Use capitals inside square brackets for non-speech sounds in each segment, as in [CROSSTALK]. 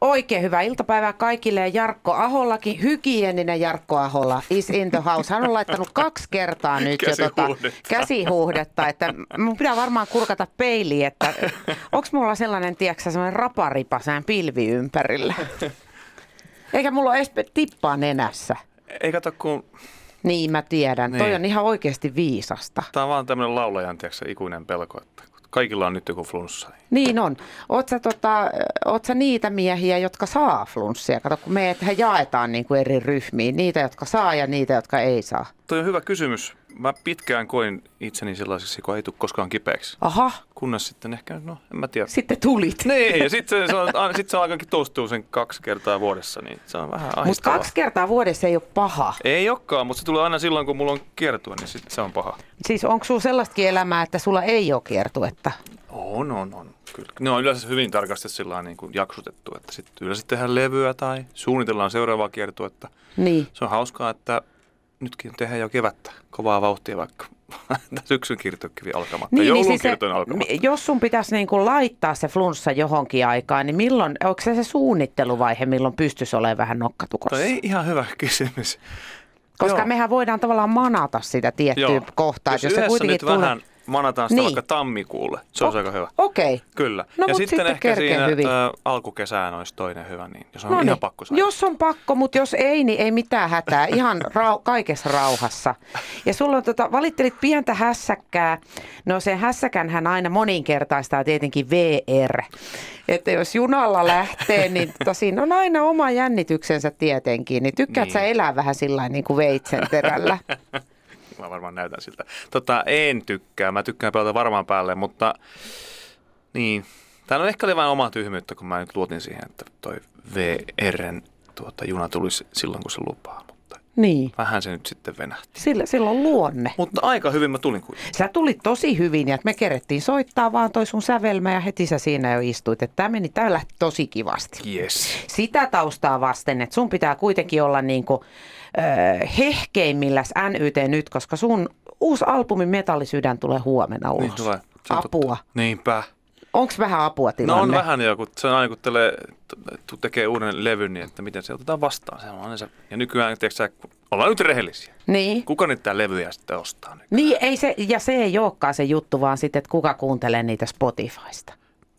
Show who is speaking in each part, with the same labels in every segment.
Speaker 1: Oikein hyvää iltapäivää kaikille ja Jarkko Ahollakin, hygieninen Jarkko Aholla is in the house. Hän on laittanut kaksi kertaa nyt jo tota,
Speaker 2: Käsihuuhdetta.
Speaker 1: käsihuhdetta, että mun pitää varmaan kurkata peiliin, että onko mulla sellainen, tiedätkö, sellainen raparipasään pilvi ympärillä. Eikä mulla ole edes tippaa nenässä.
Speaker 2: Ei kato, kun
Speaker 1: Niin mä tiedän, niin. toi
Speaker 2: Niin.
Speaker 1: on ihan oikeasti viisasta.
Speaker 2: tämä on vaan tämmöinen laulajan tiedätkö, sä, ikuinen pelko, että kaikilla on nyt joku flunssa. niin
Speaker 1: Niin on. Oot sä, tota, oot sä niitä miehiä, jotka saa flunssia? Kato, kun me he jaetaan niin kuin eri ryhmiin. Niitä, jotka saa ja niitä, jotka ei saa.
Speaker 2: Toi on hyvä kysymys. Mä pitkään koin itseni sellaiseksi, kun ei tule koskaan kipeäksi.
Speaker 1: Aha,
Speaker 2: Kunnes sitten ehkä, no en mä tiedä.
Speaker 1: sitten tulit.
Speaker 2: Niin, ja sitten se, on, a- sit se alkaakin toistua sen kaksi kertaa vuodessa, niin se on vähän
Speaker 1: Mutta
Speaker 2: ahdistavaa.
Speaker 1: kaksi kertaa vuodessa ei ole paha.
Speaker 2: Ei olekaan, mutta se tulee aina silloin, kun mulla on kiertua, niin sit se on paha.
Speaker 1: Siis onko sulla sellaistakin elämää, että sulla ei ole kiertuetta?
Speaker 2: On, on, on. Kyllä. Ne on yleensä hyvin tarkasti sillä lailla niin kuin jaksotettu, että sitten yleensä tehdään levyä tai suunnitellaan seuraavaa kiertuetta.
Speaker 1: Niin.
Speaker 2: Se on hauskaa, että nytkin tehdään jo kevättä kovaa vauhtia vaikka [LAUGHS] Tää syksyn kiertokivi alkamatta, niin,
Speaker 1: Niin,
Speaker 2: joulun niin,
Speaker 1: siis se,
Speaker 2: alkamatta.
Speaker 1: mi- jos sun pitäisi niin kuin laittaa se flunssa johonkin aikaan, niin milloin, onko se se suunnitteluvaihe, milloin pystyisi olemaan vähän nokkatukossa?
Speaker 2: Toi No ei ihan hyvä kysymys.
Speaker 1: Koska
Speaker 2: joo.
Speaker 1: mehän voidaan tavallaan manata sitä tiettyä kohtaa.
Speaker 2: Jos, jos se kuitenkin nyt
Speaker 1: tulee-
Speaker 2: vähän manataan sitä
Speaker 1: Niin.
Speaker 2: niin. vaikka tammikuulle, se olisi aika hyvä.
Speaker 1: Okei.
Speaker 2: Kyllä.
Speaker 1: No,
Speaker 2: ja
Speaker 1: mut
Speaker 2: sitten,
Speaker 1: sitten
Speaker 2: ehkä
Speaker 1: kerkee
Speaker 2: siinä
Speaker 1: hyvin.
Speaker 2: Ä, alkukesään olisi toinen hyvä, niin jos on
Speaker 1: No
Speaker 2: ihan
Speaker 1: niin.
Speaker 2: pakko saada.
Speaker 1: Jos on pakko, mutta jos ei, niin ei mitään hätää.
Speaker 2: [LAUGHS]
Speaker 1: Ihan rau- kaikessa rauhassa. Ja sulla on tota, valittelit pientä hässäkkää. No sen hässäkän hän aina moninkertaistaa tietenkin VR. Että jos junalla lähtee, niin tota, siinä on aina oma jännityksensä tietenkin. Niin tykkäät niin.
Speaker 2: Niin.
Speaker 1: sä elää vähän sillä niin kuin veitsen terällä?
Speaker 2: Mä varmaan näytän siltä. Tota, en tykkää. Mä tykkään pelata varmaan päälle, mutta niin. Täällä on ehkä oli vain omaa tyhmyyttä, kun mä nyt luotin siihen, että toi VRn tuota, juna tulisi silloin, kun se lupaa. Mutta
Speaker 1: Niin.
Speaker 2: vähän se nyt sitten venähti.
Speaker 1: Sillä, sillä on luonne.
Speaker 2: Mutta aika hyvin mä tulin kuitenkin.
Speaker 1: Sä tulit tosi hyvin ja me kerettiin soittaa vaan toi sun sävelmä ja heti sä siinä jo istuit. Että tämä meni, tämä lähti tosi kivasti.
Speaker 2: Yes.
Speaker 1: Sitä taustaa vasten, että sun pitää kuitenkin olla niinku, öö, hehkeimmilläs NYT nyt, koska sun uusi albumi Metallisydän tulee huomenna ulos.
Speaker 2: Niin tulee. Se on
Speaker 1: Apua.
Speaker 2: Totta. Niinpä.
Speaker 1: Onko vähän apua
Speaker 2: No
Speaker 1: tilanne?
Speaker 2: on vähän jo, kun se on aina kun telee, t- t- tekee uuden levyn, niin että miten se otetaan vastaan. Se on aina se. Ja nykyään, tiedätkö, sä, kun- ollaan nyt rehellisiä.
Speaker 1: Niin.
Speaker 2: Kuka nyt tää levyjä sitten ostaa nyt?
Speaker 1: Niin, ei se, ja se ei olekaan se juttu, vaan sitten, että kuka kuuntelee niitä Spotifysta.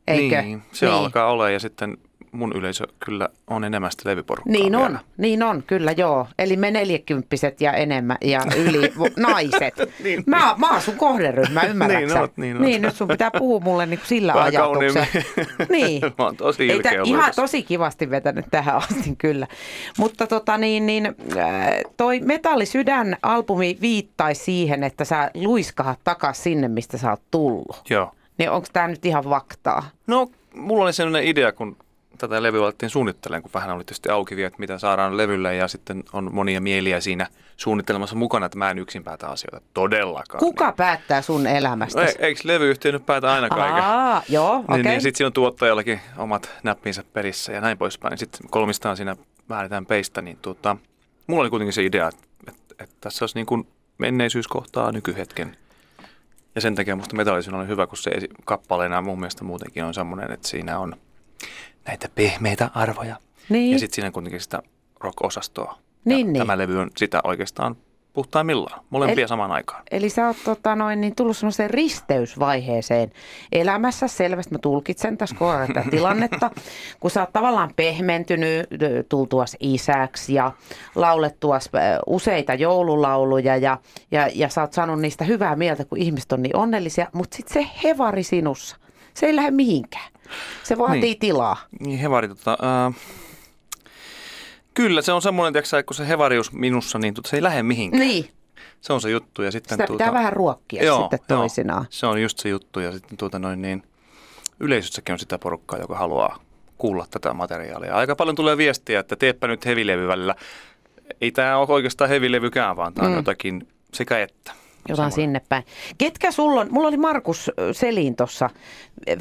Speaker 1: Eikö?
Speaker 2: Niin, se niin. alkaa olla ja sitten mun yleisö kyllä on enemmän sitä levyporukkaa
Speaker 1: Niin on,
Speaker 2: vielä.
Speaker 1: niin on, kyllä joo. Eli me neljäkymppiset ja enemmän ja yli
Speaker 2: [LAUGHS]
Speaker 1: vo- naiset. niin, mä, mä oon sun kohderyhmä, ymmärrätkö
Speaker 2: Niin
Speaker 1: sä?
Speaker 2: oot, niin oot.
Speaker 1: niin nyt sun pitää puhua mulle niin kuin sillä
Speaker 2: Vähän
Speaker 1: ajatuksella.
Speaker 2: [LAUGHS] kauniimmin.
Speaker 1: Niin.
Speaker 2: Mä oon tosi
Speaker 1: Ei
Speaker 2: ilkeä
Speaker 1: tää
Speaker 2: ollut
Speaker 1: Ihan
Speaker 2: tässä.
Speaker 1: tosi kivasti vetänyt tähän asti kyllä. Mutta tota niin, niin äh, toi Metallisydän albumi viittaisi siihen, että sä luiskahat takas sinne, mistä sä oot tullut.
Speaker 2: Joo.
Speaker 1: Niin onko tää nyt ihan faktaa?
Speaker 2: No, mulla oli sellainen idea, kun tätä levyä alettiin suunnittelemaan, kun vähän oli tietysti auki vielä, että mitä saadaan levylle ja sitten on monia mieliä siinä suunnittelemassa mukana, että mä en yksin päätä asioita todellakaan.
Speaker 1: Kuka päättää sun
Speaker 2: No,
Speaker 1: elämästä?
Speaker 2: e- eikö levyyhtiö nyt päätä aina kaiken?
Speaker 1: Aa, joo, okei.
Speaker 2: Niin, niin, sitten siinä on tuottajallakin omat näppinsä perissä ja näin poispäin. Sitten kolmistaan siinä määritään peistä, niin tuota, mulla oli kuitenkin se idea, että, että, että tässä olisi niin kuin menneisyys kohtaa nykyhetken. Ja sen takia musta metallisin oli hyvä, kun se esi- kappaleena mun mielestä muutenkin on semmoinen, että siinä on näitä pehmeitä arvoja.
Speaker 1: Niin.
Speaker 2: Ja sitten siinä on kuitenkin sitä rock-osastoa.
Speaker 1: Niin,
Speaker 2: ja
Speaker 1: niin.
Speaker 2: Tämä levy on sitä oikeastaan puhtaimmillaan, molempia El- samaan aikaan.
Speaker 1: Eli sä oot tota, noin, niin tullut semmoiseen risteysvaiheeseen elämässä selvästi. Mä tulkitsen tässä koko ajan tätä tilannetta, kun sä oot tavallaan pehmentynyt ö, tultuas isäksi ja laulettuas ö, useita joululauluja ja, ja, ja sä oot saanut niistä hyvää mieltä, kun ihmiset on niin onnellisia, mutta sitten se hevari sinussa. Se ei lähde mihinkään. Se vaatii niin.
Speaker 2: Niin.
Speaker 1: tilaa.
Speaker 2: Niin hevari, tota, ää, kyllä se on semmoinen, tiiäksä, että kun se hevarius minussa, niin tota, se ei lähde mihinkään.
Speaker 1: Niin,
Speaker 2: Se on se juttu. Ja sitten, tuota-
Speaker 1: sitä pitää vähän ruokkia sitten toisinaan.
Speaker 2: Joo, se on just se juttu ja sitten tuota noin niin, yleisössäkin on sitä porukkaa, joka haluaa kuulla tätä materiaalia. Aika paljon tulee viestiä, että teepä nyt hevilevy välillä. Ei tämä ole oikeastaan hevilevykään, vaan tämä on mm. jotakin sekä että.
Speaker 1: Jotain sinne päin. Ketkä sulla on? Mulla oli Markus ö, Selin tuossa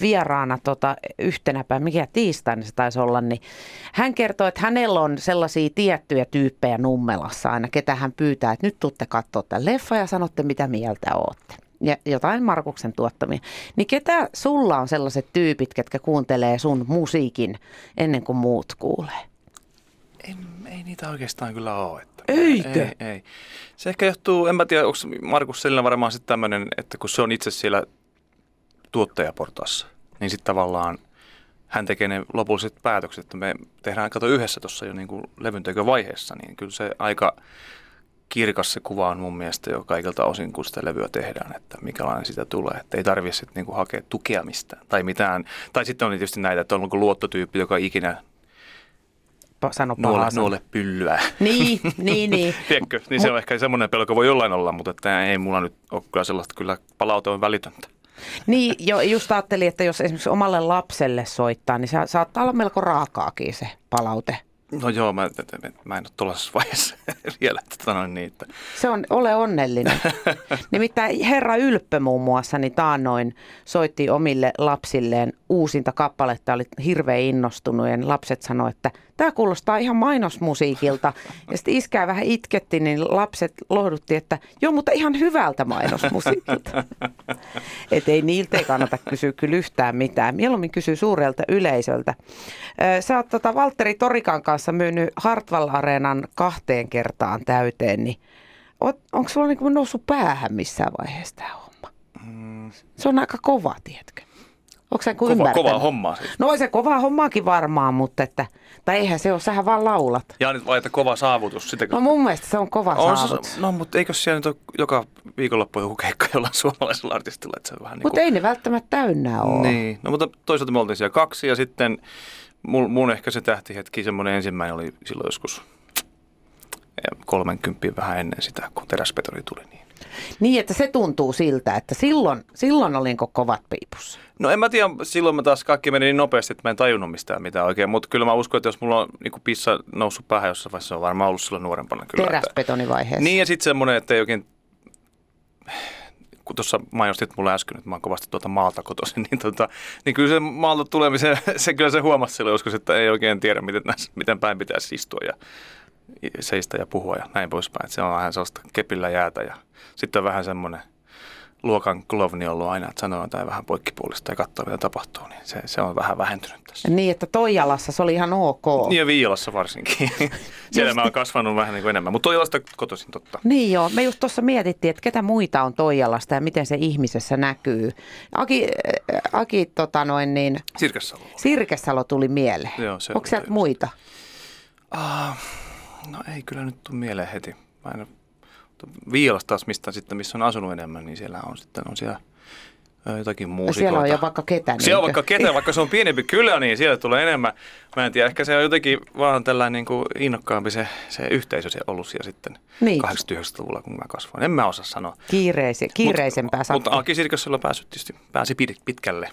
Speaker 1: vieraana tota, yhtenä päin, mikä tiistaina se taisi olla, niin hän kertoi, että hänellä on sellaisia tiettyjä tyyppejä Nummelassa aina, ketä hän pyytää, että nyt tuutte katsoa tämän leffa ja sanotte, mitä mieltä ootte. Ja jotain Markuksen tuottamia. Niin ketä sulla on sellaiset tyypit, ketkä kuuntelee sun musiikin ennen kuin muut kuulee?
Speaker 2: En, ei niitä oikeastaan kyllä ole. Että
Speaker 1: Eikö?
Speaker 2: Ei, ei. Se ehkä johtuu, en mä tiedä, onko Markus Selillä varmaan sitten tämmöinen, että kun se on itse siellä tuottajaportaassa, niin sitten tavallaan hän tekee ne lopulliset päätökset, että me tehdään, kato yhdessä tuossa jo niin kuin levynteikkövaiheessa, niin kyllä se aika kirkas se kuva on mun mielestä jo kaikilta osin, kun sitä levyä tehdään, että mikälainen sitä tulee. Että ei tarvitse sitten niinku hakea tukea mistään tai mitään. Tai sitten on tietysti näitä, että on niinku luottotyyppi, joka ikinä
Speaker 1: Pa- Sano
Speaker 2: nuole,
Speaker 1: pahaa sanaa.
Speaker 2: nuole pyllyä.
Speaker 1: Niin, niin,
Speaker 2: [LAUGHS]
Speaker 1: niin.
Speaker 2: Tiedätkö? Niin se on ehkä semmoinen pelko voi jollain olla, mutta että ei mulla nyt ole kyllä sellaista, kyllä palaute on välitöntä.
Speaker 1: Niin, jo, just ajattelin, että jos esimerkiksi omalle lapselle soittaa, niin se saattaa olla melko raakaakin se palaute.
Speaker 2: No joo, mä, mä- mä en ole tuollaisessa vaiheessa [LAUGHS] vielä, että sanoin niin, että
Speaker 1: Se on, ole onnellinen. Nimittäin Herra Ylppö muun muassa, niin taannoin soitti omille lapsilleen uusinta kappaletta, oli hirveän innostunut ja ne lapset sanoi, että tämä kuulostaa ihan mainosmusiikilta. Ja sitten iskää vähän itketti, niin lapset lohdutti, että joo, mutta ihan hyvältä mainosmusiikilta. Et ei niiltä ei kannata kysyä kyllä yhtään mitään. Mieluummin kysyy suurelta yleisöltä. Ö, Sä oot tota Valtteri Torikan kanssa myynyt Hartwall Areenan kahteen kertaan täyteen, niin onko sulla niinku noussut päähän missään vaiheessa tämä homma? Se on aika kova, tiedätkö? Onko sä niinku
Speaker 2: Mm. kova,
Speaker 1: ymmärtänyt?
Speaker 2: kovaa hommaa. Siis.
Speaker 1: No on se kovaa hommaakin varmaan, mutta että, tai eihän se ole, sähän vaan laulat.
Speaker 2: Ja nyt vai, että kova saavutus. Sitä,
Speaker 1: No mun mielestä se on kova
Speaker 2: on
Speaker 1: saavutus.
Speaker 2: se, no, mutta eikö siellä nyt ole joka viikonloppu joku keikka jollain suomalaisella artistilla, että se on vähän niin
Speaker 1: Mutta ei ne välttämättä täynnä ole.
Speaker 2: Niin, no mutta toisaalta me oltiin siellä kaksi ja sitten mun, mun ehkä se tähtihetki, semmoinen ensimmäinen oli silloin joskus eh, 30 vähän ennen sitä, kun teräspetori tuli. Niin.
Speaker 1: Niin, että se tuntuu siltä, että silloin, silloin olinko kovat piipussa.
Speaker 2: No en mä tiedä, silloin mä taas kaikki meni niin nopeasti, että mä en tajunnut mistään mitään oikein, mutta kyllä mä uskon, että jos mulla on niin pissa noussut päähän jossain vaiheessa, se on varmaan ollut silloin nuorempana. Kyllä, että-
Speaker 1: Teräsbetonivaiheessa.
Speaker 2: Niin ja sitten semmoinen, että ei oikein, kun tuossa mainostit mulle äsken, että mä oon kovasti tuolta maalta kotoisin, niin, tota, niin kyllä se maalta tulemisen, [LAUGHS] se kyllä se huomasi silloin joskus, että ei oikein tiedä, miten, näissä- miten päin pitäisi istua ja seistä ja puhua ja näin poispäin. Et se on vähän sellaista kepillä jäätä ja sitten on vähän semmoinen luokan klovni ollut aina, että sanoo jotain vähän poikkipuolista ja katsoo, mitä tapahtuu, niin se, se on vähän vähentynyt tässä.
Speaker 1: Niin, että Toijalassa se oli ihan ok.
Speaker 2: Niin ja Viialassa varsinkin. [LAUGHS] Siellä mä oon kasvanut vähän niin kuin enemmän, mutta Toijalasta kotoisin totta.
Speaker 1: Niin joo, me just tuossa mietittiin, että ketä muita on Toijalasta ja miten se ihmisessä näkyy. Aki, äh, Aki tota noin niin,
Speaker 2: Sirkassa
Speaker 1: Sirkesalo tuli mieleen.
Speaker 2: Joo, se
Speaker 1: Onko
Speaker 2: oli
Speaker 1: sieltä
Speaker 2: just.
Speaker 1: muita?
Speaker 2: Ah, no ei kyllä nyt tule mieleen heti. Mä en, mutta Viialassa taas, mistä sitten, missä on asunut enemmän, niin siellä on sitten on siellä ö, jotakin
Speaker 1: No
Speaker 2: muusikoita.
Speaker 1: Siellä on jo vaikka ketä. niin
Speaker 2: Siellä on
Speaker 1: niinkö?
Speaker 2: vaikka ketä, vaikka se on pienempi kylä, niin siellä tulee enemmän. Mä en tiedä, ehkä se on jotenkin vaan tällainen niin kuin innokkaampi se, se yhteisö se ollut siellä sitten
Speaker 1: Niin.
Speaker 2: niin. 80-90-luvulla, kun mä kasvoin. En mä osaa sanoa.
Speaker 1: Kiireisi, kiireisempää
Speaker 2: Mutta, mutta Aki Sirkassella pääsy tietysti, pääsi pit- pitkälle.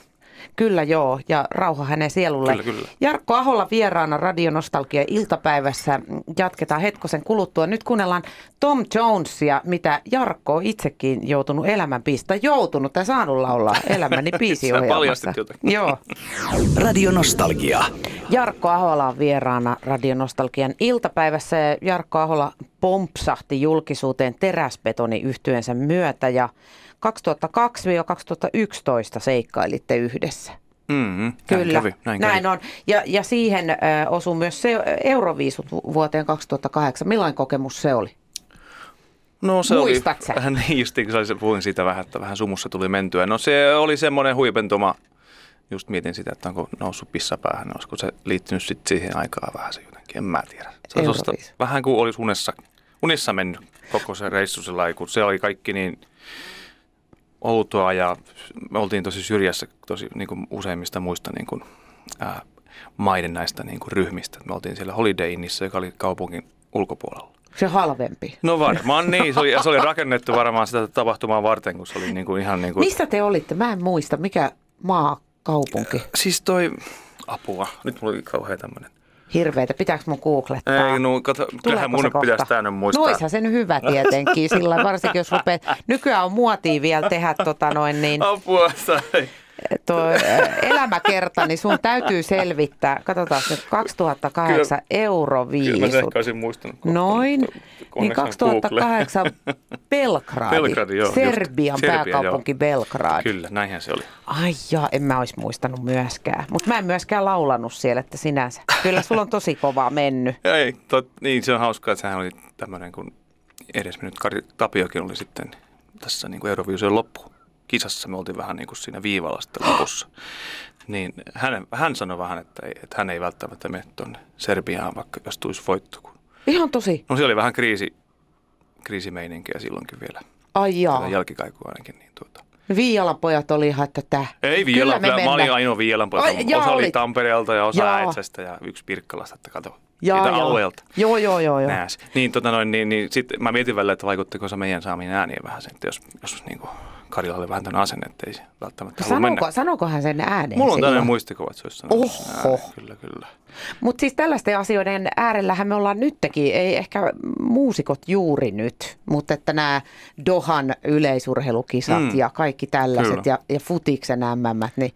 Speaker 1: Kyllä joo, ja rauha hänen sielulle.
Speaker 2: Kyllä, kyllä.
Speaker 1: Jarkko Aholla vieraana Radionostalgia iltapäivässä. Jatketaan hetkosen kuluttua. Nyt kuunnellaan Tom Jonesia, mitä Jarkko on itsekin joutunut elämän biisi, tai joutunut tai saanut laulaa elämäni biisi
Speaker 2: paljastit jotakin.
Speaker 1: Joo.
Speaker 3: Radio Nostalgia.
Speaker 1: Jarkko Ahola on vieraana Radionostalgian iltapäivässä ja Jarkko Ahola pompsahti julkisuuteen teräsbetoni yhtyensä myötä ja 2002-2011 seikkailitte yhdessä.
Speaker 2: Mm-hmm.
Speaker 1: Kyllä,
Speaker 2: Näin, kävi. näin,
Speaker 1: näin
Speaker 2: kävi.
Speaker 1: on. Ja, ja siihen ö, osui myös se, Euroviisut vu- vuoteen 2008. Millainen kokemus se oli?
Speaker 2: No se
Speaker 1: Muistat
Speaker 2: oli,
Speaker 1: sä?
Speaker 2: vähän [LAUGHS] niistiksellisen, puhuin siitä vähän, että vähän sumussa tuli mentyä. No se oli semmoinen huipentuma, just mietin sitä, että onko noussut pissa päähän, olisiko se liittynyt sitten siihen aikaan vähän se jotenkin, en mä tiedä. Se on sellaista-
Speaker 1: Euroviis.
Speaker 2: vähän kuin olisi unessa, unissa mennyt koko se reissu sillä kun se oli kaikki niin outoa ja me oltiin tosi syrjässä tosi niin kuin useimmista muista niin kuin, ää, maiden näistä niin kuin, ryhmistä. Me oltiin siellä Holiday Innissä, joka oli kaupungin ulkopuolella.
Speaker 1: Se halvempi.
Speaker 2: No varmaan niin. Se oli, se oli rakennettu varmaan sitä tapahtumaa varten, kun se niinku oli niin kuin ihan niin kuin...
Speaker 1: Missä te olitte? Mä en muista. Mikä maa, kaupunki?
Speaker 2: Siis toi, Apua. Nyt mulla oli kauhean tämmöinen.
Speaker 1: Hirveitä, pitääkö mun googlettaa?
Speaker 2: Ei, no kato,
Speaker 1: Ah. Tuleeko
Speaker 2: kyllähän mun
Speaker 1: se
Speaker 2: nyt pitäisi
Speaker 1: kohta?
Speaker 2: tämä nyt muistaa.
Speaker 1: No oishan se nyt hyvä tietenkin, sillä varsinkin jos rupeat, nykyään on muotia vielä tehdä tota noin niin,
Speaker 2: Apua sai.
Speaker 1: tuo ö, elämäkerta, niin sun täytyy selvittää, katsotaan nyt 2008
Speaker 2: Kyllä mä sen
Speaker 1: euroviisut.
Speaker 2: ehkä olisin muistanut. kohta,
Speaker 1: Noin,
Speaker 2: mutta
Speaker 1: niin
Speaker 2: onneksi on
Speaker 1: 2008 Belgradi,
Speaker 2: Belgradi, joo, just.
Speaker 1: Serbian
Speaker 2: Serbia,
Speaker 1: pääkaupunki
Speaker 2: Google.
Speaker 1: Belgradi.
Speaker 2: [LAUGHS] Kyllä, näinhän se oli.
Speaker 1: Ai jaa, en mä olisi muistanut myöskään. Mutta mä en myöskään laulanut siellä, että sinänsä. Kyllä sulla on tosi kovaa mennyt.
Speaker 2: Ei, tot, niin se on hauskaa, että sehän oli tämmöinen, kun edesmennyt Kari Tapiokin oli sitten tässä niin kuin Euroviisujen loppu. Kisassa me oltiin vähän niin kuin siinä
Speaker 1: [GASPS]
Speaker 2: viivalla sitten lopussa. Niin hän, hän sanoi vähän, että, ei, että hän ei välttämättä mene tuonne Serbiaan, vaikka jos tulisi voitto. kun-
Speaker 1: Ihan tosi.
Speaker 2: No se oli vähän kriisi, kriisimeininkiä silloinkin vielä.
Speaker 1: Ai jaa.
Speaker 2: Tätä jälkikaikua ainakin. Niin tuota.
Speaker 1: Viialan pojat oli ihan, että tää.
Speaker 2: Ei
Speaker 1: Kyllä
Speaker 2: Viialan,
Speaker 1: me
Speaker 2: kyllä, mä olin
Speaker 1: mennään.
Speaker 2: ainoa Viialan
Speaker 1: Ai,
Speaker 2: poika.
Speaker 1: jaa,
Speaker 2: Osa oli
Speaker 1: olit.
Speaker 2: Tampereelta ja osa
Speaker 1: Jaa.
Speaker 2: Äitsästä ja yksi Pirkkalasta, että kato.
Speaker 1: Jaa,
Speaker 2: Siitä
Speaker 1: jaa.
Speaker 2: alueelta.
Speaker 1: Joo, joo, joo. joo.
Speaker 2: Nääs. Niin, tota noin, niin, niin sit mä mietin välillä, että vaikuttiko se meidän saamiin ääniin vähän sen, että jos, jos niin kuin Karilla oli vähän tämän asenne, että ei se välttämättä halua mennä.
Speaker 1: Sanoko, sanokohan sen ääneen?
Speaker 2: Mulla on tämmöinen
Speaker 1: silloin?
Speaker 2: muistikuva, että se olisi sanonut sen
Speaker 1: Oho.
Speaker 2: ääneen. Kyllä, kyllä.
Speaker 1: Mutta siis tällaisten asioiden äärellähän me ollaan nytkin, ei ehkä muusikot juuri nyt, mutta että nämä Dohan yleisurheilukisat mm. ja kaikki tällaiset
Speaker 2: Kyllä.
Speaker 1: ja, ja futiksen MM, niin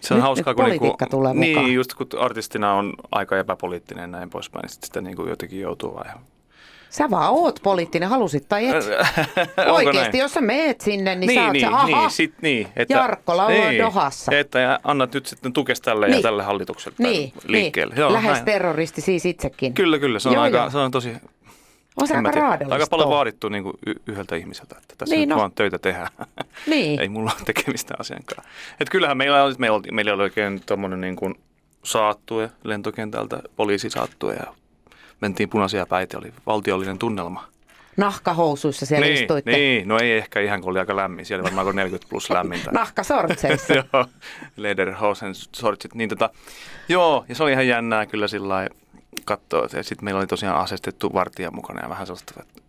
Speaker 2: Se on
Speaker 1: Nyt-
Speaker 2: hauskaa,
Speaker 1: nyt
Speaker 2: kun
Speaker 1: politiikka
Speaker 2: niinku,
Speaker 1: tulee
Speaker 2: niin,
Speaker 1: mukaan.
Speaker 2: just kun artistina on aika epäpoliittinen ja näin poispäin, niin sit sitä niinku jotenkin joutuu vähän.
Speaker 1: sä vaan oot poliittinen, halusit tai et.
Speaker 2: [LAUGHS] Onko näin?
Speaker 1: Oikeasti, jos sä meet sinne, niin, niin sä oot
Speaker 2: niin,
Speaker 1: se, aha,
Speaker 2: niin, sit, niin, että, Niin.
Speaker 1: Jarkko laulaa Dohassa.
Speaker 2: Että ja annat nyt sitten tukes tälle
Speaker 1: Niin.
Speaker 2: ja tälle hallitukselle tai
Speaker 1: niin,
Speaker 2: liikkeelle.
Speaker 1: niin. lähes
Speaker 2: näin.
Speaker 1: terroristi siis itsekin.
Speaker 2: Kyllä, kyllä. Se on,
Speaker 1: Joo,
Speaker 2: aika,
Speaker 1: joo.
Speaker 2: Se on tosi
Speaker 1: On se
Speaker 2: En mä
Speaker 1: aika
Speaker 2: tiedä.
Speaker 1: raadollista.
Speaker 2: Aika paljon
Speaker 1: on.
Speaker 2: vaadittu niin kuin yhdeltä ihmiseltä, että tässä
Speaker 1: Niin,
Speaker 2: niin, nyt
Speaker 1: no.
Speaker 2: vaan töitä tehdään.
Speaker 1: Niin.
Speaker 2: [LAUGHS] Ei mulla ole tekemistä asiankaan. Et kyllähän meillä oli, meillä oli, meillä oli oikein tuommoinen niin kuin saattue lentokentältä, poliisi saattue ja mentiin punaisia päitä, oli valtiollinen tunnelma.
Speaker 1: Nahkahousuissa siellä
Speaker 2: niin,
Speaker 1: istuitte.
Speaker 2: niin, no ei ehkä ihan, kun oli aika lämmin, siellä varmaan kun 40
Speaker 1: [LAUGHS]
Speaker 2: plus lämmintä.
Speaker 1: Nahkasortseissa.
Speaker 2: [LAUGHS] joo, Lederhosen sortsit, niin tota, joo, ja se oli ihan jännää kyllä sillä lailla katsoa. Ja sitten meillä oli tosiaan asestettu vartija mukana ja vähän sellaista, että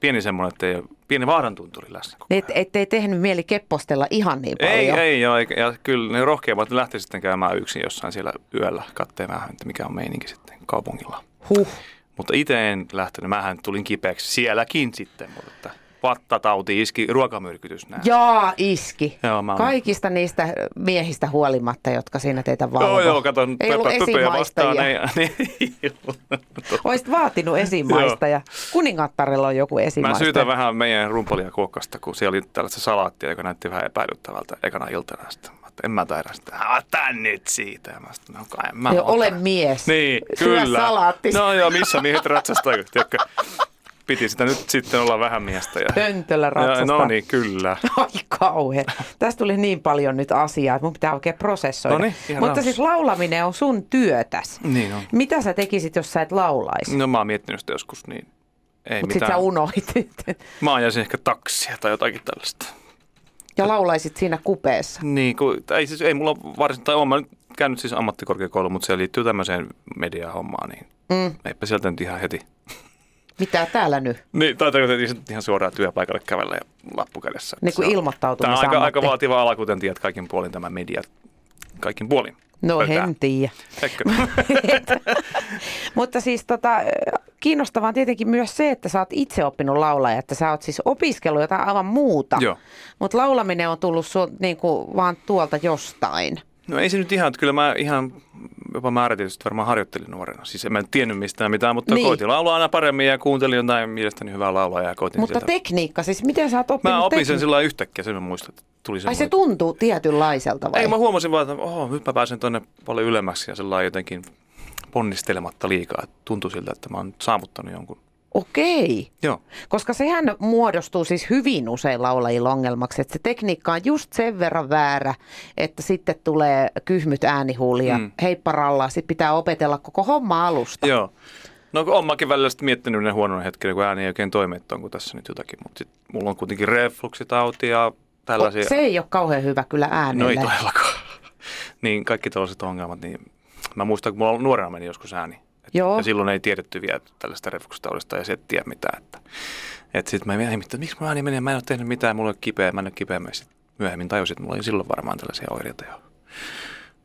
Speaker 2: pieni semmoinen, että ei ole, pieni vaaran tunturi läsnä koko
Speaker 1: Niin Et,
Speaker 2: ajan.
Speaker 1: ettei tehnyt mieli keppostella ihan niin
Speaker 2: Ei,
Speaker 1: paljon.
Speaker 2: ei, joo, eikä- ja kyllä ne rohkeammat lähti sitten käymään yksin jossain siellä yöllä katteen vähän, että mikä on meininki sitten kaupungilla.
Speaker 1: Huh.
Speaker 2: Mutta itse en lähtenyt, mähän tulin kipeäksi sielläkin sitten, mutta että vattatauti iski, ruokamyrkytys näin.
Speaker 1: Jaa, iski.
Speaker 2: Joo, mä oon-
Speaker 1: Kaikista niistä miehistä huolimatta, jotka siinä teitä valvoo.
Speaker 2: Joo, joo, katon,
Speaker 1: Ei ollut esimaistajia.
Speaker 2: Ei, [LAUGHS] niin, ei, ollut.
Speaker 1: Olisit
Speaker 2: [LAUGHS]
Speaker 1: vaatinut esimaista ja kuningattarella on joku
Speaker 2: Mä
Speaker 1: esimaista.
Speaker 2: syytän vähän meidän rumpalia kuokkasta, kun siellä oli tällaista salaattia, joka näytti vähän epäilyttävältä ekana iltana. Sitten mä ajattelin, en mä taida sitä. Mä Otan nyt siitä. Ja Mä sitten, no kai mä
Speaker 1: Joo,
Speaker 2: otan.
Speaker 1: ole mies.
Speaker 2: Niin,
Speaker 1: Syö
Speaker 2: kyllä.
Speaker 1: salaatti.
Speaker 2: No joo, missä miehet ratsastaa, kun, tiedätkö, piti sitä nyt sitten olla vähän miestä. Ja...
Speaker 1: Pöntöllä ratsastaa.
Speaker 2: No niin, kyllä.
Speaker 1: [LAUGHS] Ai kauhe. Tästä tuli niin paljon nyt asiaa, että mun pitää oikein prosessoida.
Speaker 2: Noniin, ihan
Speaker 1: Mutta
Speaker 2: rauhassa.
Speaker 1: siis laulaminen on sun työtäs.
Speaker 2: Niin on.
Speaker 1: Mitä sä tekisit, jos sä et laulaisi?
Speaker 2: No mä oon miettinyt sitä joskus, niin ei
Speaker 1: Mutta sit
Speaker 2: mitään.
Speaker 1: sä unohdit.
Speaker 2: Mä ajaisin ehkä taksia tai jotakin tällaista.
Speaker 1: Ja laulaisit siinä kupeessa.
Speaker 2: Niin, kun, tai ei, siis, ei mulla varsin, tai olen mä nyt käynyt siis ammattikorkeakouluun, mutta se liittyy tämmöiseen mediahommaan, niin mm. eipä sieltä nyt ihan heti.
Speaker 1: Mitä täällä nyt?
Speaker 2: Niin, tai tarkoitan ihan suoraan työpaikalle kävellä ja lappu kädessä.
Speaker 1: Niin kuin
Speaker 2: Se on- Tämä on
Speaker 1: ilmoittautumisammatti.
Speaker 2: aika, aika vaativa ala, kuten tiedät, kaikin puolin tämä media. Kaikin puolin.
Speaker 1: No
Speaker 2: Pöytää.
Speaker 1: en tiedä.
Speaker 2: Eikö?
Speaker 1: Mutta siis tota, kiinnostavaa on tietenkin myös se, että sä oot itse oppinut laulaa, että sä oot siis opiskellut jotain aivan muuta.
Speaker 2: Joo.
Speaker 1: Mutta laulaminen on tullut sun, niin kuin, vaan tuolta jostain.
Speaker 2: [LAUGHS] No ei se nyt ihan, että kyllä mä ihan jopa määrätietoisesti varmaan harjoittelin nuorena. Siis en mä tiennyt mistään mitään, mutta
Speaker 1: Niin.
Speaker 2: niin. koitin laulaa aina paremmin ja kuuntelin jotain mielestäni hyvää laulaa ja koitin
Speaker 1: Mutta
Speaker 2: sieltä-
Speaker 1: tekniikka, siis miten sä oot oppinut
Speaker 2: Mä opin sen
Speaker 1: tekni-
Speaker 2: sillä lailla yhtäkkiä, sen mä muistan, että tuli
Speaker 1: Ai se
Speaker 2: semmoinen-
Speaker 1: tuntuu tietynlaiselta vai?
Speaker 2: Ei, mä huomasin vaan, että oho, nyt mä pääsen tonne paljon ylemmäksi ja sellainen jotenkin ponnistelematta liikaa. Et Tuntuu siltä, että mä oon saavuttanut jonkun.
Speaker 1: Okei.
Speaker 2: Joo.
Speaker 1: Koska sehän muodostuu siis hyvin usein laulajilla ongelmaksi, että se tekniikka on just sen verran väärä, että sitten tulee kyhmyt äänihuulia, mm. heipparallaa, sitten pitää opetella koko homma alusta.
Speaker 2: Joo. No kun oon mäkin välillä sit miettinyt ne huonon hetken, kun ääni ei oikein toimi, että onko tässä nyt jotakin. Mutta sit mulla on kuitenkin refluksitauti ja tällaisia.
Speaker 1: O, se ei ole kauhean hyvä kyllä
Speaker 2: no ei
Speaker 1: äänelle.
Speaker 2: todellakaan. [LAUGHS] niin kaikki tällaiset ongelmat, niin mä muistan, kun mulla nuorena meni joskus ääni. Et-
Speaker 1: Joo.
Speaker 2: Ja silloin ei tiedetty vielä tällaista refluksitaudista ja se et tiedä mitään. Että, et sit mä mietin, että miksi mä ääni menee, mä en ole tehnyt mitään, mulla ei ole kipeä, mä en ole kipeä. Mä sit myöhemmin tajusin, että mulla oli silloin varmaan tällaisia oireita jo.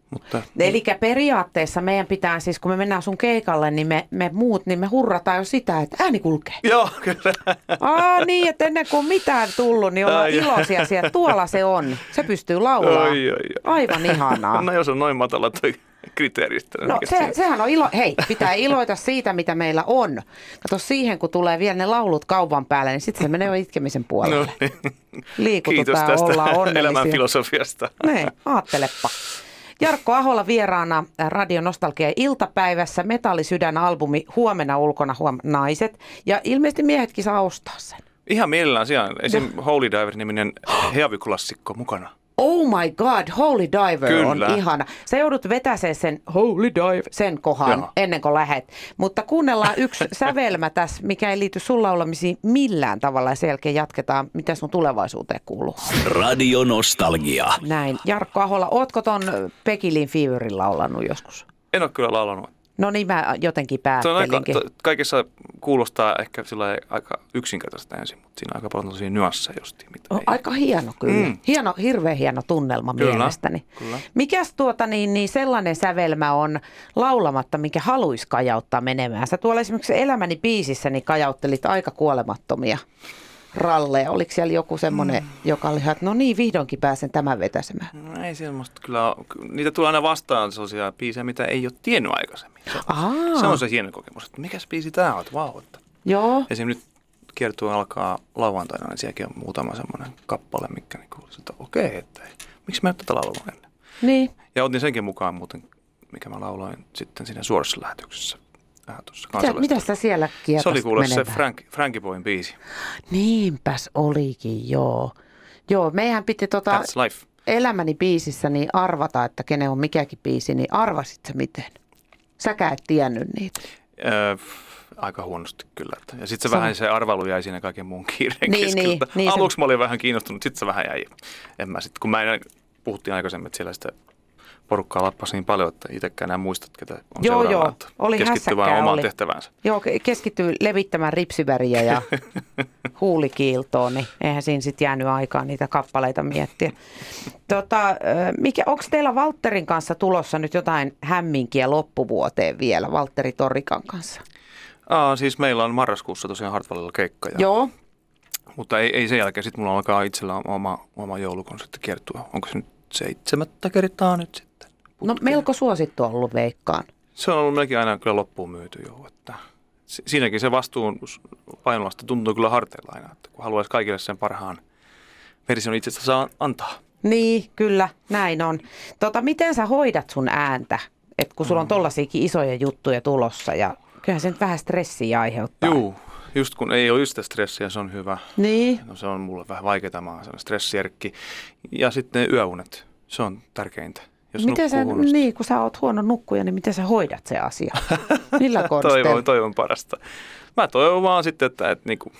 Speaker 2: Mutta [LAUGHS]
Speaker 1: Eli periaatteessa meidän pitää siis, kun me mennään sun keikalle, niin me, me muut, niin me hurrataan jo sitä, että ääni kulkee.
Speaker 2: joo, kyllä.
Speaker 1: Aa niin, että ennen kuin mitään tullut, niin ollaan
Speaker 2: Ai.
Speaker 1: iloisia siellä. Tuolla se on. Se pystyy laulaa.
Speaker 2: Oi, oi, oi.
Speaker 1: Aivan ihanaa.
Speaker 2: [LAUGHS] No jos on noin matala toi kriteeristö. niin
Speaker 1: No
Speaker 2: mikä
Speaker 1: se, sehän on ilo, hei, pitää iloita siitä, mitä meillä on. Kato siihen, kun tulee vielä ne laulut kaupan päälle, niin sitten se menee jo itkemisen
Speaker 2: No,
Speaker 1: puolelle.
Speaker 2: niin. Kiitos
Speaker 1: Liikututaan, ollaan
Speaker 2: tästä [LAUGHS] elämän
Speaker 1: tota onnellisia.
Speaker 2: filosofiasta.
Speaker 1: Niin, aattelepa. Jarkko Ahola vieraana äh, Radio Nostalgia iltapäivässä. Metallisydän albumi Huomenna ulkona huom- naiset. Ja ilmeisesti miehetkin saa ostaa sen.
Speaker 2: Ihan mielellään sijaan. Esim. Holy Diver-niminen heavy-klassikko mukana.
Speaker 1: Oh my god, Holy Diver
Speaker 2: Kyllä.
Speaker 1: on ihana. Sä joudut vetäseen sen Holy Diver sen kohan
Speaker 2: Joo.
Speaker 1: ennen kuin lähet. Mutta kuunnellaan
Speaker 2: [LAUGHS]
Speaker 1: yksi sävelmä tässä, mikä ei liity sun laulamisiin millään tavalla. Ja sen jälkeen jatketaan, mitä sun tulevaisuuteen kuuluu.
Speaker 4: Radio Nostalgia.
Speaker 1: Näin. Jarkko Ahola, ootko ton Pekilin Feverin laulanut joskus?
Speaker 2: En ole kyllä laulanut.
Speaker 1: No niin, mä jotenkin
Speaker 2: Se on aika,
Speaker 1: päättelinkin.
Speaker 2: to, kaikessa kuulostaa ehkä sillä lailla aika yksinkertaista ensin, mutta siinä on aika paljon tosia nyansseja justiin. Mitä
Speaker 1: On
Speaker 2: ei-
Speaker 1: aika hieno kyllä. Mm.
Speaker 2: Mm.
Speaker 1: Hieno, hirveän hieno tunnelma
Speaker 2: Kyllä,
Speaker 1: mielestäni.
Speaker 2: kyllä.
Speaker 1: Mikäs tuota niin, niin sellainen sävelmä on laulamatta, mikä haluaisi kajauttaa menemään? Sä tuolla esimerkiksi Elämäni biisissä niin kajauttelit aika kuolemattomia ralleja. Oliko siellä joku semmoinen, mm. joka oli ihan, että no niin, vihdoinkin pääsen tämän vetäsemään?
Speaker 2: No ei semmoista kyllä, ole. Ky- niitä tulee aina vastaan sellaisia biisejä, mitä ei ole tiennyt aikaisemmin. Se,
Speaker 1: Aa.
Speaker 2: se on se hieno kokemus, että mikäs biisi tämä on, että vau. Että.
Speaker 1: Joo.
Speaker 2: Esim. nyt kiertue alkaa lauantaina, niin sielläkin on muutama semmoinen kappale, mikä niin kuulisi, että okei, että ei. miksi mä en tätä laulua ennen.
Speaker 1: Niin.
Speaker 2: Ja otin senkin mukaan muuten, mikä mä lauloin sitten siinä suorassa lähetyksessä. Äh, tuossa
Speaker 1: Mitä,
Speaker 2: kansalais-
Speaker 1: mitä sitä siellä
Speaker 2: se
Speaker 1: kiertasit
Speaker 2: oli kuule se
Speaker 1: menemään?
Speaker 2: Frank, Frankie Boyn biisi,
Speaker 1: Niinpäs olikin, joo. Joo, meihän piti tota,
Speaker 2: That's Life.
Speaker 1: elämäni biisissä niin arvata, että kenen on mikäkin biisi, niin arvasit sä miten? Säkään et tiennyt niitä.
Speaker 2: Öö, aika huonosti kyllä. Että. Ja sitten
Speaker 1: Se
Speaker 2: se
Speaker 1: on-
Speaker 2: vähän se arvailu jäi siinä kaiken muun kiireen
Speaker 1: Niin,
Speaker 2: keskeltä.
Speaker 1: niin, niin se-
Speaker 2: Aluksi mä olin vähän kiinnostunut, sitten se vähän jäi. En mä sit, kun mä en, puhuttiin aikaisemmin, että siellä sitä porukkaa lappasi niin paljon, että itsekään enää muistat, ketä on
Speaker 1: Joo,
Speaker 2: seuraavana,
Speaker 1: joo.
Speaker 2: että
Speaker 1: Oli
Speaker 2: keskittyy vain
Speaker 1: hässäkkää,
Speaker 2: omaan
Speaker 1: oli.
Speaker 2: tehtävänsä.
Speaker 1: Joo, ke- keskittyy levittämään ripsiväriä ja huulikiiltoon, niin eihän siinä sitten jäänyt aikaa niitä kappaleita miettiä. Tota, ö, mikä, onko teillä Valtterin kanssa tulossa nyt jotain hämminkiä loppuvuoteen vielä, Valtteri Torikan kanssa?
Speaker 2: Aa, siis meillä on marraskuussa tosiaan Hartwallilla keikka, ja,
Speaker 1: Joo.
Speaker 2: mutta ei, ei sen jälkeen. Sitten mulla alkaa itsellä oma, oma joulukonsertti kiertua. Onko se nyt seitsemättä kertaa nyt sitten?
Speaker 1: No melko suosittu on ollut Veikkaan.
Speaker 2: Se on ollut melkein aina kyllä loppuun myyty jo, että si- siinäkin se vastuun s- painolasta tuntuu kyllä harteilla aina, että kun haluaisi kaikille sen parhaan version itsestä saa antaa.
Speaker 1: Niin, kyllä, näin on. Tota, miten sä hoidat sun ääntä, Et kun
Speaker 2: Mm.
Speaker 1: sulla on tollasiakin isoja juttuja tulossa ja kyllähän se nyt vähän stressiä aiheuttaa.
Speaker 2: Juu, just kun ei ole yhtä stressiä, se on hyvä.
Speaker 1: Niin,
Speaker 2: No se on mulle vähän vaikeaa, mä oon sellainen stressierkki. Ja sitten ne yöunet, se on tärkeintä. Jos
Speaker 1: miten sä,
Speaker 2: nukkuu huonosti.
Speaker 1: niin, kun sä oot huono nukkuja, niin miten sä hoidat se
Speaker 2: [LAUGHS]
Speaker 1: asia? Millä
Speaker 2: toivon,
Speaker 1: konsteilla?
Speaker 2: toivon parasta. Mä toivon vaan sitten, että, että niinku,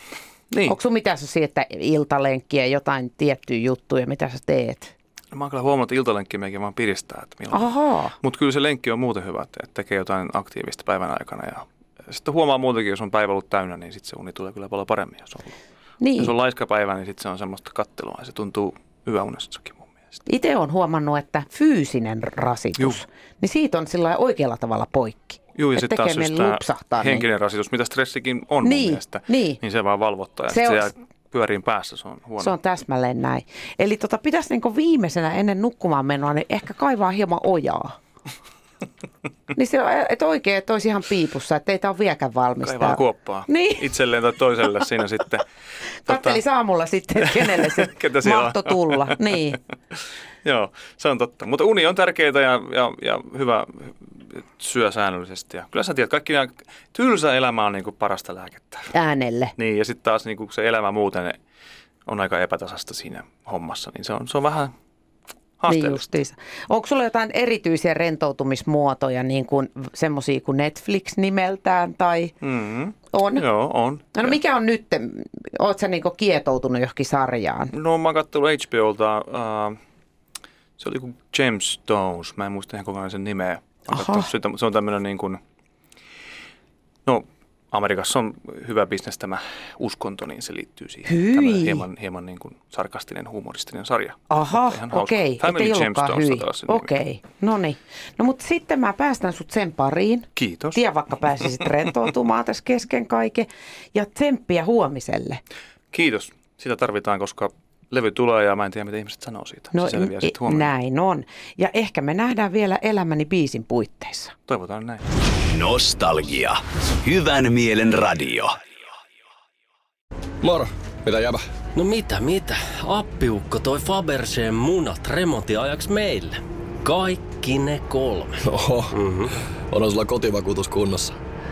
Speaker 2: niin.
Speaker 1: Onko sun mitään sellaisia, että iltalenkkiä, jotain tiettyjä juttuja, mitä sä teet?
Speaker 2: Mä oon kyllä huomannut, että iltalenkki meikin vaan piristää, että milloin
Speaker 1: Ahaa,
Speaker 2: Mutta kyllä se lenkki on muuten hyvä, että että tekee jotain aktiivista päivän aikana. Ja sitten huomaa muutenkin, jos on päivä ollut täynnä, niin sitten se uni tulee kyllä paljon paremmin. Jos on,
Speaker 1: niin.
Speaker 2: jos on laiska päivä, niin sitten se on semmoista kattelua ja se tuntuu yöunessakin mun mielestä.
Speaker 1: Itse on huomannut, että fyysinen rasitus,
Speaker 2: Juu.
Speaker 1: niin siitä on sillä lailla oikealla tavalla poikki.
Speaker 2: Juu, ja
Speaker 1: Et
Speaker 2: sitten taas
Speaker 1: tekee
Speaker 2: jos
Speaker 1: mieli lupsahtaa,
Speaker 2: tämä
Speaker 1: niin-
Speaker 2: henkinen rasitus, mitä stressikin on mun
Speaker 1: Niin,
Speaker 2: mielestä,
Speaker 1: niin.
Speaker 2: niin se vaan valvottaa ja
Speaker 1: Se
Speaker 2: se, se
Speaker 1: on-
Speaker 2: jää pyöriin päässä, se on huono.
Speaker 1: Se on täsmälleen näin. Eli tota, pitäisi niinku viimeisenä ennen nukkumaan menoa, niin ehkä kaivaa hieman
Speaker 2: [LAUGHS]
Speaker 1: ojaa. niin se, että oikein, että olisi ihan piipussa, että ei tämä ole vieläkään valmis.
Speaker 2: Kaivaa
Speaker 1: tää.
Speaker 2: kuoppaa
Speaker 1: Niin.
Speaker 2: itselleen tai toiselle siinä sitten.
Speaker 1: [LAUGHS] Katteli saamulla sitten, että kenelle se
Speaker 2: [LAUGHS] Ketä siellä on.
Speaker 1: mahto
Speaker 2: [LAUGHS]
Speaker 1: tulla. Niin.
Speaker 2: Joo, se on totta. Mutta uni on tärkeää ja, ja, ja hyvä että syö säännöllisesti. Ja kyllä sä tiedät, kaikki nämä tylsä elämä on niinku parasta lääkettä.
Speaker 1: Äänelle.
Speaker 2: Niin, ja sitten taas niinku se elämä muuten on aika epätasasta siinä hommassa, niin se on, se on vähän
Speaker 1: Niin
Speaker 2: haasteellista.
Speaker 1: justiinsa. Onko sulla jotain erityisiä rentoutumismuotoja, niin kuin semmoisia kuin Netflix nimeltään tai
Speaker 2: Niin mm-hmm.
Speaker 1: on?
Speaker 2: Joo, on.
Speaker 1: No, no mikä on nyt? Oletko sä niinku kietoutunut johonkin sarjaan?
Speaker 2: No mä oon kattonut HBOlta, äh, se oli kuin James Stones, mä en muista ihan kokonaan sen nimeä. Mä oon
Speaker 1: Aha.
Speaker 2: kattonut Sitä, mutta se on tämmöinen niin kuin, no Amerikassa on hyvä bisnes tämä uskonto, niin se liittyy siihen.
Speaker 1: Hyi.
Speaker 2: Tämmöinen hieman, hieman niin kuin sarkastinen, huumoristinen sarja.
Speaker 1: Aha,
Speaker 2: Mutta ihan hauska.
Speaker 1: okei.
Speaker 2: Family
Speaker 1: ettei
Speaker 2: James
Speaker 1: ollutkaan
Speaker 2: Jones
Speaker 1: hyi.
Speaker 2: taas se nimi.
Speaker 1: Okei, no niin. No mutta sitten mä päästän sut sen pariin.
Speaker 2: Kiitos.
Speaker 1: Tiedä vaikka pääsisit rentoutumaan tässä kesken kaiken. Ja tsemppiä huomiselle.
Speaker 2: Kiitos. Sitä tarvitaan, koska levy tulee ja mä en tiedä, mitä ihmiset sanoo siitä.
Speaker 1: No
Speaker 2: se selviää
Speaker 1: i-
Speaker 2: sitten huomenna.
Speaker 1: näin on. Ja ehkä me nähdään vielä elämäni biisin puitteissa.
Speaker 2: Toivotaan näin.
Speaker 4: Nostalgia. Hyvän mielen radio.
Speaker 3: Moro, mitä jäbä?
Speaker 5: No mitä, mitä? Appiukko toi Faberseen munat remontiajaksi meille. Kaikki ne kolme.
Speaker 3: Oho, mm-hmm. onhan sulla kotivakuutus kunnossa.